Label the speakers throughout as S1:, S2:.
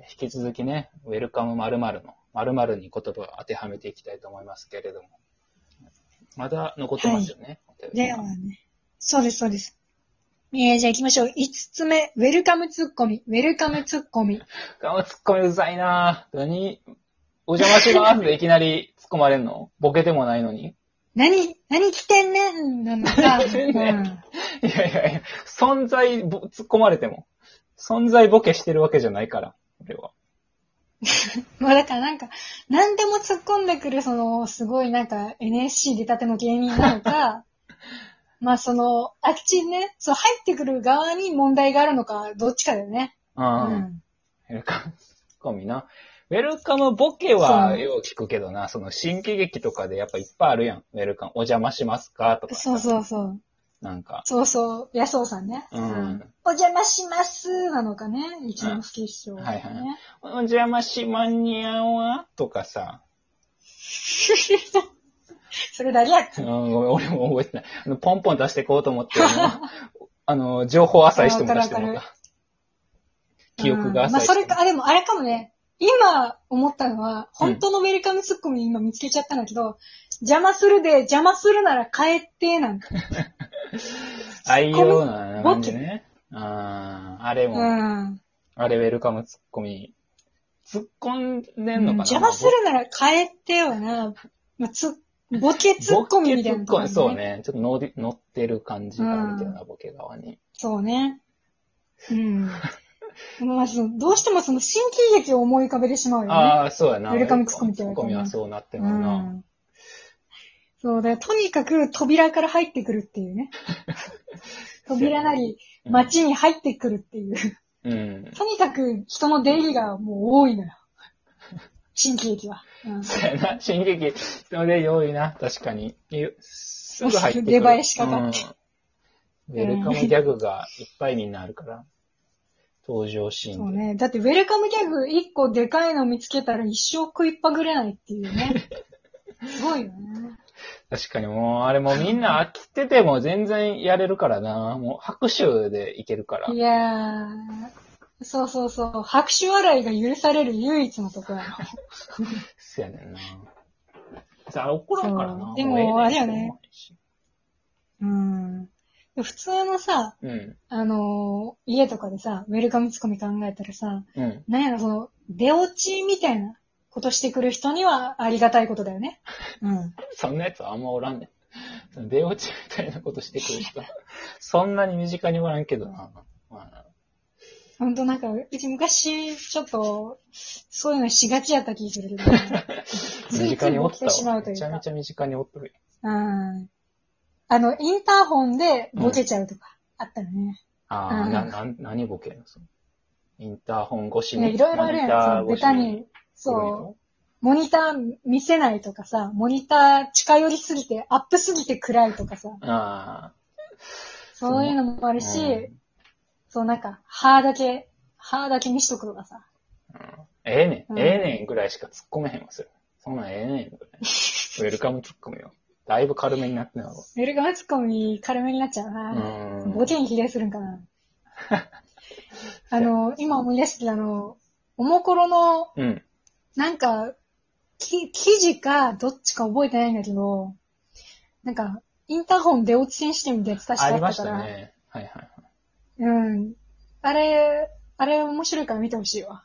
S1: 引き続きね、ウェルカム〇〇の、〇〇に言葉を当てはめていきたいと思いますけれども。まだ残ってますよね。お便り
S2: ではね。そうです、そうです。えー、じゃあ行きましょう。5つ目、ウェルカムツッコミ。ウェルカムツッコミ。
S1: ガムツッコミうざいなぁ。何お邪魔しますでいきなり突っ込まれんのボケてもないのに
S2: 何、何来てんねんなのか。
S1: 来てんねん
S2: うん
S1: いやいやいや、存在ぼ、突っ込まれても。存在ボケしてるわけじゃないから、俺は。
S2: まあだからなんか、何でも突っ込んでくる、その、すごいなんか NSC 出たての芸人なの か、まあその、あっちね、そう入ってくる側に問題があるのか、どっちかだよね。
S1: う。
S2: うんん。
S1: ウェルカムツッコミな。ウェルカムボケは
S2: そう
S1: よう聞くけどな、その新喜劇とかでやっぱいっぱいあるやん。ウェルカム、お邪魔しますかとか。
S2: そうそうそう。
S1: なんか。
S2: そうそう。安尾さんね。
S1: うん
S2: お邪魔しますなのかね。一之輔師匠、ね
S1: はいはいお邪魔しまんにゃんわとかさ。
S2: それ誰やっけ
S1: うん、ごめん俺も覚えてない。あの、ポンポン出していこうと思って、あ のあの、情報浅い人も出しても
S2: あわ
S1: らっ
S2: か
S1: た。記憶が
S2: うん
S1: 浅
S2: まあ
S1: い
S2: そ
S1: 人も。
S2: れか、あ、でもあれかもね。今思ったのは、本当のウェルカムツッコミ今見つけちゃったんだけど、邪魔するで、邪魔するなら帰って、なんか。
S1: 愛用な感じね。ああ、あれ
S2: う
S1: も、
S2: ん。
S1: あれウェルカムツッコミ。突っ込んでんのかな、
S2: 邪魔するなら帰ってよな。まあ、つ、ボケツッコミみたいなと
S1: ボ
S2: こ
S1: ケ
S2: ね、
S1: ツッコミそうね。ちょっと乗り乗ってる感じがあるみたいな、ボケ側に。
S2: そうね。うん。 まあ、その、どうしてもその新喜劇を思い浮かべてしまうよね。
S1: ああ、そうやな。
S2: ウェルカムツッコミって
S1: ウ
S2: 言
S1: ェ
S2: わ
S1: ル
S2: れて
S1: カムツッコミ
S2: るな
S1: はそうなってる
S2: う
S1: な。
S2: ん。そうだよ。とにかく扉から入ってくるっていう ね。扉なり、
S1: うん。
S2: 街に入ってくるっていう。
S1: うん。
S2: とにかく人の出入りがもう多いの よ。新喜劇は。うん
S1: そうやな。進撃、人で良いな。確かに。いすぐ入ってくる。
S2: 出囃子かかって
S1: うん。ウェルカムギャグがいっぱいみんなあるから。登場シーンで。
S2: そうね。だってウェルカムギャグ1個でかいの見つけたら一生食いっぱぐれないっていう ね。すごいよね。
S1: 確かにもう、あれもうみんな飽きてても全然やれるからな。もう拍手でいけるから。
S2: いやー。そうそうそう。拍手笑いが許される唯一のところ なの。
S1: そうやねんな。さあ、怒らんから
S2: そ
S1: な。
S2: うでも
S1: うええ
S2: あれやね。うん。で普通のさ、
S1: うん。
S2: あのー家とかでさ、ウェルカムツッコミ考えたらさ、
S1: うん。
S2: なんやろ、その、出落ちみたいなことしてくる人にはありがたいことだよね。うん。
S1: そんなやつあんまおらんねん。出落ちみたいなことしてくる 人。そんなに身近におらんけどな。まあ、
S2: ほんとなんか、うち昔、ちょっと、そういうのしがちやった気するけど、ね、つ
S1: 身
S2: いつ
S1: 近
S2: い
S1: におっ
S2: 起き
S1: た
S2: てしま
S1: わ。
S2: うと
S1: め
S2: いう
S1: ちゃめ
S2: か
S1: ち。ゃ身近におっとる
S2: うん。あの、インターホンでボケちゃうとか、あったよね。
S1: やん。ああ、
S2: うん
S1: な、なん、何ボケるのそのインターホン越し
S2: ね
S1: に。
S2: いろいろあるや
S1: モ
S2: ん。その
S1: ニター
S2: ベタ
S1: 越しに
S2: に、そう、モニター見せないとかさ、モニター近寄りすぎて、アップすぎて暗いとかさ、
S1: う。ああ。
S2: そういうのもあるし、
S1: うん
S2: そうなんか、歯だけ、歯だけ見しとくとかさ。
S1: ええね、
S2: うんん
S1: ええねんぐらいしか突っ込めへんわ、それ。そんなんええねんぐらい。ウェルカム突っ込みよ。だいぶ軽めになってなかっ
S2: ウェルカムツッコミ軽めになっちゃう
S1: た。う
S2: な。
S1: ーん。
S2: ボケに比例するん かな。あの、今思い出してたあの、おもころの、
S1: うん。
S2: なんか、き、記事か、どっちか覚えてないんだけど、なんか、インターホン出落ち選手権みたいなやつ確か
S1: あ
S2: あ
S1: り
S2: っ
S1: ま
S2: た
S1: し
S2: から
S1: た、ね。はいはいはい。
S2: うん。あれ、あれ面白いから見てほしいわ。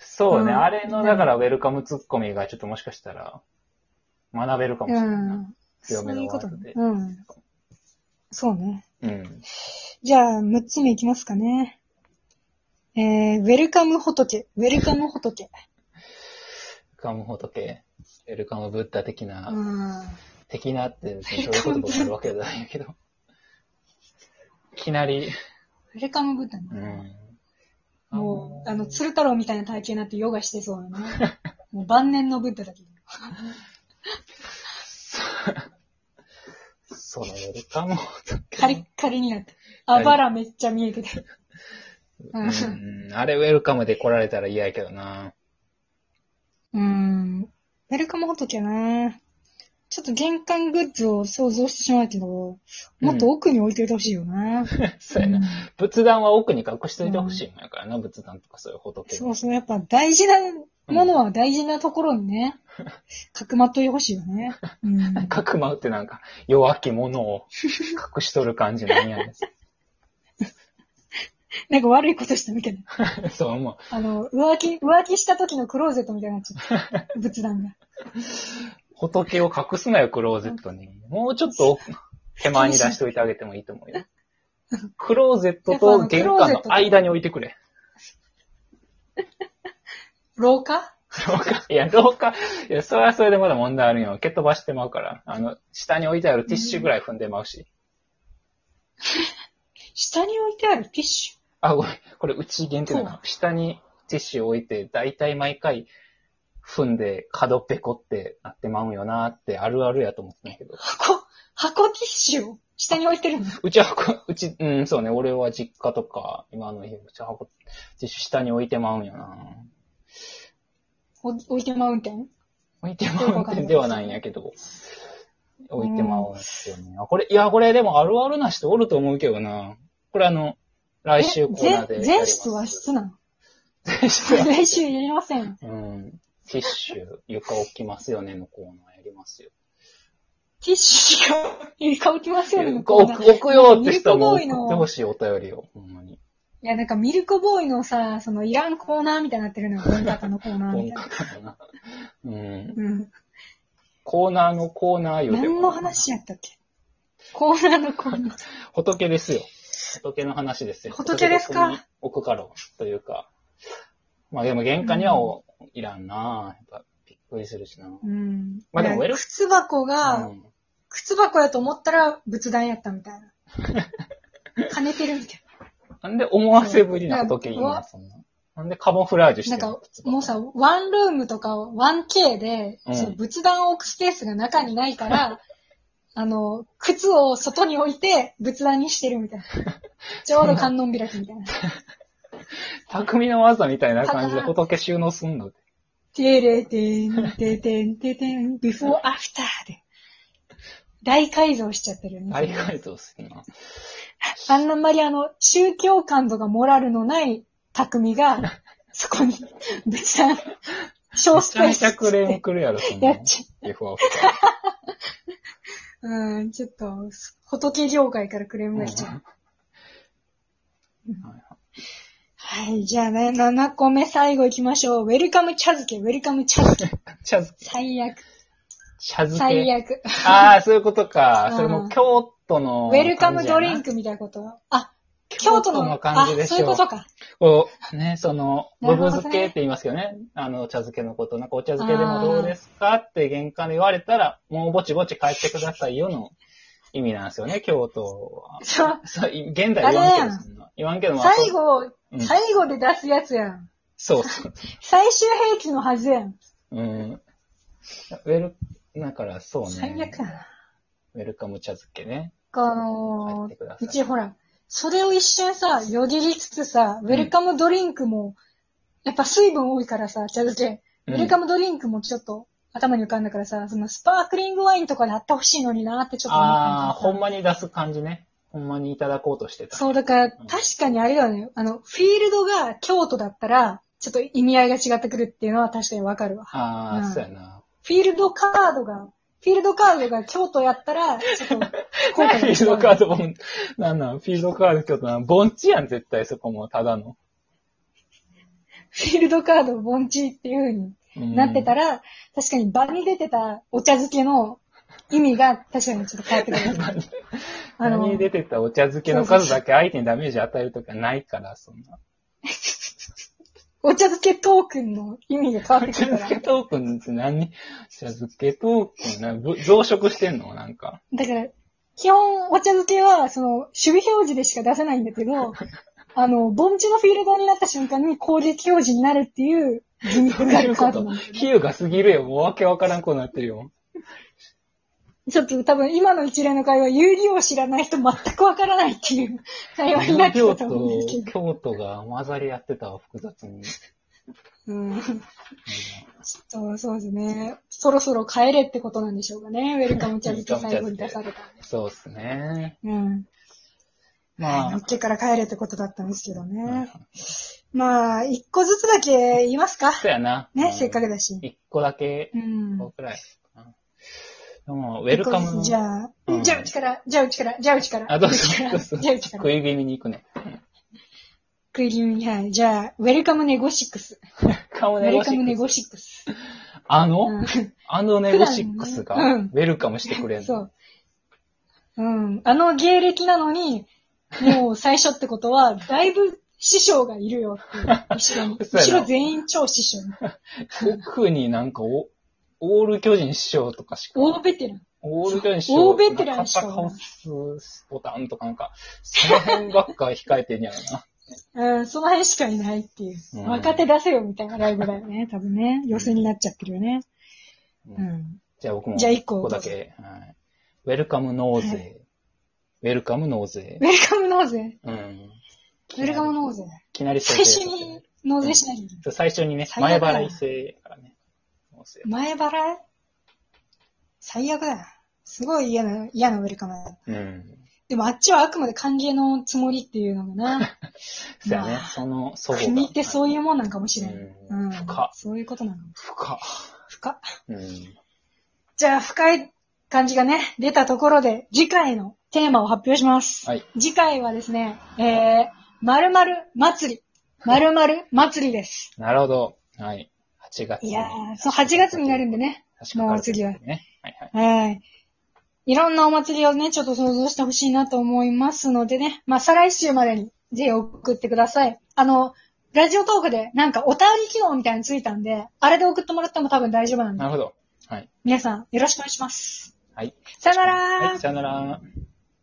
S1: そうね、
S2: うん
S1: あれの、だからウェルカムツッコミがちょっともしかしたら、学べるかもし
S2: う
S1: れない。
S2: ん。
S1: 強
S2: そ
S1: め
S2: う
S1: の
S2: いうこ
S1: ワ
S2: と
S1: ードで
S2: ね。うん。そうね。
S1: うん。
S2: じゃあ、6つ目いきますかね。えー、ウェルカム仏。ウェルカム仏。
S1: カム仏、ウェルカムブッダ的
S2: う
S1: な、
S2: ん。
S1: 的なって別にそういう言葉があるわけじゃないんやけど。いきなり、
S2: ウェルカムブッダね。
S1: うん。
S2: もう、あの、鶴太郎みたいな体型になってヨガしてそうなね。もう晩年のブッダだけど。
S1: そうだ、ウェルカム仏。
S2: カリッカリになって。あばらめっちゃ見えてて。う
S1: うん、あれウェルカムで来られたら嫌やけどな。
S2: ん。うん。ウェルカム仏なちょっと玄関グッズを想像してしまうけど、もっと奥に置いておいてほしいよね。
S1: そうや
S2: う
S1: な。
S2: ん
S1: 仏壇は奥に隠しといてほしいもんやからな、仏壇とかそういう仏
S2: そう
S1: の。
S2: そう、やっぱ大事なものは大事なところにね、かくまっといてほしいよね。うん。
S1: かくまうってなんか、弱き者を隠しとる感じなん やね
S2: なんか悪いことしたみたいな。
S1: そう思う。
S2: あの、浮気、浮気した時のクローゼットみたいになっちゃった。仏壇が。
S1: 仏を隠すなよ、クローゼットに。もうちょっと手前に出しといてあげてもいいと思うよ。クローゼットと玄関の間に置いてくれ。
S2: 廊下
S1: 廊下、いや、廊下、いや、それはそれでまだ問題あるんよ。蹴っ飛ばしてまうから。あの、下に置いてあるティッシュぐらい踏んでまうし。
S2: 下に置いてあるティッシ
S1: あ、ごめん。これ、うち限定なのか。下にティッシュ置いて、だいたい毎回踏んで、角ペコってなってまうんよなって、あるあるやと思ったんやけど
S2: ュ。。箱、箱ティッシュを下に置いてるの。
S1: うちはこ、うち、うん、そうね。俺は実家とか、今の家、うちは箱ティッシュ下に置いてまうんよな
S2: お置いてマウンテン
S1: 置いてまうってではないんやけど。置いてまうんですよね。あこれ、いや、これでもあるあるな人おると思うけどな。これあの、来週コーナーでやり
S2: え
S1: ます。
S2: 全全室和室なの
S1: 全室は
S2: 来週やりません。
S1: うん。ティッシュ、床置きますよねのコーナーやりますよ。
S2: ティッシュが床置きませんのコー
S1: 置
S2: ナー
S1: く置くよって人も送
S2: ミルクボーイの
S1: ってほしいお便りを、ほんまに。
S2: いや、なんかミルクボーイのさ、そのいらんコーナーみたいになってるのよ。文化科のコーナー
S1: 本
S2: みたいな。
S1: 格だな。うん。
S2: うん。
S1: コーナーのコーナーよで
S2: 何の話やったっけコーナーのコーナー。
S1: 仏ですよ。仏の話ですよ。
S2: 仏ですか
S1: 仏どこに置くかろうというか。まあでも玄関にはおいらんなやっぱびっくりするしな
S2: うん。
S1: まあでも
S2: いや
S1: ウェル
S2: 靴箱が、
S1: うん
S2: 靴箱やと思ったら仏壇やったみた いな。跳ねてるみたい
S1: なんで思わせぶりな仏いい
S2: なん
S1: な、
S2: か
S1: そんな。なんでカモフラージュして
S2: な。なんんか
S1: の、
S2: もうさ、ワンルームとか 1K で、
S1: うん
S2: その仏壇を置くスペースが中にないか ら、あの、靴を外に置いて仏壇にしてるみ たいな。ちょうど観音開きみたいな。
S1: 匠の技みたいな感じで仏収納すんの。
S2: てれてん、ててん、てて ん、before, after で。大改造しちゃってるよね。
S1: 大改造するな。
S2: あんまりあの、宗教感とかモラルのない 匠が、そこに、別に、小
S1: め
S2: ス
S1: ち
S2: ペ
S1: ゃ
S2: ー
S1: め
S2: ス
S1: ちゃクレーム
S2: て
S1: 来るやろ、そん
S2: や
S1: な
S2: っ
S1: の。
S2: ちゃ
S1: FO。
S2: う。うん、ちょっと、仏業界からクレームが来ちゃう。はい、じゃあね、7個目最後行きましょう。ウェルカム茶漬け、ウェルカム茶漬け。
S1: 茶漬け。
S2: 最悪、
S1: 茶漬
S2: 最
S1: け。
S2: 悪。
S1: ああ、そういうことか
S2: う。ん
S1: それも京都の。
S2: ウェルカムドリン。クみたいなこと。あ、京都の、
S1: 京都の感じで
S2: あ、
S1: しょ
S2: そういうことか。
S1: こう、ね、その、
S2: な
S1: ブ
S2: るほど
S1: ブ漬
S2: ね
S1: けって言いますけどね。あの、茶漬けのこと。なんかお茶漬けでもどうですかって玄関で言われたら、もうぼちぼち帰ってくださいよの意味なんですよね、京都は。
S2: そう
S1: そうい現代言わんけどそんな、言わんけど、まあ
S2: 最後、
S1: うん
S2: 最後で出すやつやん。
S1: そうそう。
S2: 最終兵器のはずやん。
S1: うん。ウェル、だからそうね。
S2: 最悪やな。
S1: ウェルカム茶漬けね。
S2: あの
S1: 帰ってくださ
S2: ー、
S1: いう
S2: ちほら、それを一瞬さ、よぎりつつさ、ウェルカムドリンクも、やっぱ水分多いからさ、茶漬け、ウェルカムドリンクもちょっと頭に浮かんだからさ、そのスパークリングワインとかであってほしいのになーってちょっと思った
S1: ああー、ほん
S2: ま。
S1: まに出す感じね。ほんまにいただこうとしてた。
S2: そう、だから、
S1: うん
S2: 確かにあれだよね、あの、フィールドが京都だったら、ちょっと意味合いが違ってくるっていうのは確かにわかるわ。
S1: ああ、
S2: うん
S1: そうやな。
S2: フィールドカードが、フィールドカードが京都やったら、ち ょっと、
S1: フ
S2: 効果が
S1: ィー
S2: 違
S1: ル
S2: う
S1: ドカードも、なんなん、フィールドカード京都なん、盆地やん、絶対そこも、ただの。
S2: フィールドカード盆地っていう風に
S1: うん
S2: なってたら、確かに場に出てたお茶漬けの意味が確かにちょっと変わってくる。 あ
S1: 何に
S2: の、
S1: 出てたお茶漬けの数だけ相手にダメージ与えるとかないから、そんな。
S2: お茶漬けトークンの意味が変わって
S1: お
S2: く
S1: 茶
S2: る
S1: 漬
S2: か
S1: け。
S2: ら
S1: トークンって何茶漬けトークンなぶ増殖してんのなんか。
S2: だから、基本お茶漬けは、その、守備表示でしか出せないんだ けど、あの、盆地のフィールドになった瞬間に攻撃表示になるっていうギミッ
S1: ど
S2: ク
S1: う
S2: があ
S1: い
S2: る
S1: う
S2: カ
S1: こ
S2: ード
S1: と
S2: なんだよね
S1: 比喩が過ぎるよ。もうわけわからんこうなってるよ。
S2: ちょっと多分今の一連の会話、有理を知らないと全くわからないっていう会話になって
S1: 京
S2: た
S1: 都
S2: と思うんですけど、。
S1: 京都が混ざり合ってたわ、複雑に。
S2: うん。ちょっと、そうですね。そろそろ帰れってことなんでしょうかね。ウェルカムチャズって最後に出された。
S1: そうです ね。
S2: うん。
S1: まあ
S2: のっけから帰れってことだったんですけどね。まあ、一個ずつだけ言いますか。
S1: そうやな。
S2: ね、せっかくだし。
S1: 一個だけ
S2: う、ん。
S1: こうくらいかな。でも、ウェルカムの
S2: じゃあ、
S1: うん
S2: じゃあうちから、じゃあうちから、じゃあうちから。
S1: あ、どうぞ
S2: ちか。
S1: ど
S2: ら
S1: うぞ
S2: じゃあうちから。
S1: 食い気味に行くね。
S2: クイリン、はい。じゃあ、ウェルカムネゴシックス。
S1: カ
S2: ウ
S1: ム
S2: ェ
S1: ネ
S2: ル
S1: ゴ
S2: カ
S1: シ
S2: ムネ
S1: ッ
S2: ゴ
S1: クス。
S2: シックス。
S1: あの、
S2: うん
S1: あのネゴシックスが、
S2: 普段ねうん
S1: ウェルカムしてくれる
S2: そ
S1: の。
S2: う。うん。あの芸歴なのに、もう最初ってこ とは、だいぶ師匠がいるよっていう。後ろに。
S1: そうやな
S2: 後ろ全員超師匠。
S1: 特になんかお、オール巨人師匠とかしか、
S2: 大ベテラン。
S1: オール巨人師匠
S2: 大ベテラン師匠
S1: 肩倒すボタンとかなんか、その辺ばっか控えてんやろな。
S2: うん、その辺しかいないっていう
S1: う。ん
S2: 若手出せよみたいなライブだよね。多分ね。寄せになっちゃってるよね。
S1: う
S2: う
S1: ん
S2: ん。
S1: じゃあ僕も、
S2: じゃあ一個
S1: ここだけ、はい。ウェルカム納
S2: は
S1: 税。ウェルカム納税
S2: ウ。ェルカム納税。
S1: うん。
S2: ウェルカム納税。
S1: いきなり
S2: 最
S1: 最
S2: 初に納税しなきゃいけない。
S1: そう最初にね、
S2: 最
S1: 前
S2: 悪だ
S1: 払い制やからね。納税
S2: 前払い最悪だ。すごい嫌な、嫌なウェルカムだ。
S1: うん。
S2: でもあっちはあくまで歓迎のつもりっていうのがな、
S1: そうやね
S2: まあ。
S1: その、そ
S2: 国ってそういうもんなんかもしれん。
S1: う
S2: うんん。
S1: 深っ
S2: そういうことなの。
S1: 深っ。
S2: 深っ。
S1: うん。
S2: じゃあ深い感じがね、出たところで次回のテーマを発表します。
S1: はい。
S2: 次回はですね、えー、〇〇祭り。〇〇祭りです。
S1: なるほど。はい。8月。
S2: いやー、そう、8月になるんでね。
S1: 確かに
S2: もう次は
S1: ね。はいはい。
S2: はい。いろんなお祭りをね、ちょっと想像してほしいなと思いますのでね。まあ、再来週までに、ぜひ送ってください。あの、ラジオトークで、なんかお便り機能みたいについたんで、あれで送ってもらっても多分大丈夫なんで
S1: な、るほど。はい。
S2: 皆さん、よろしくお願いします。
S1: はい。
S2: さよなら
S1: はい、さよなら。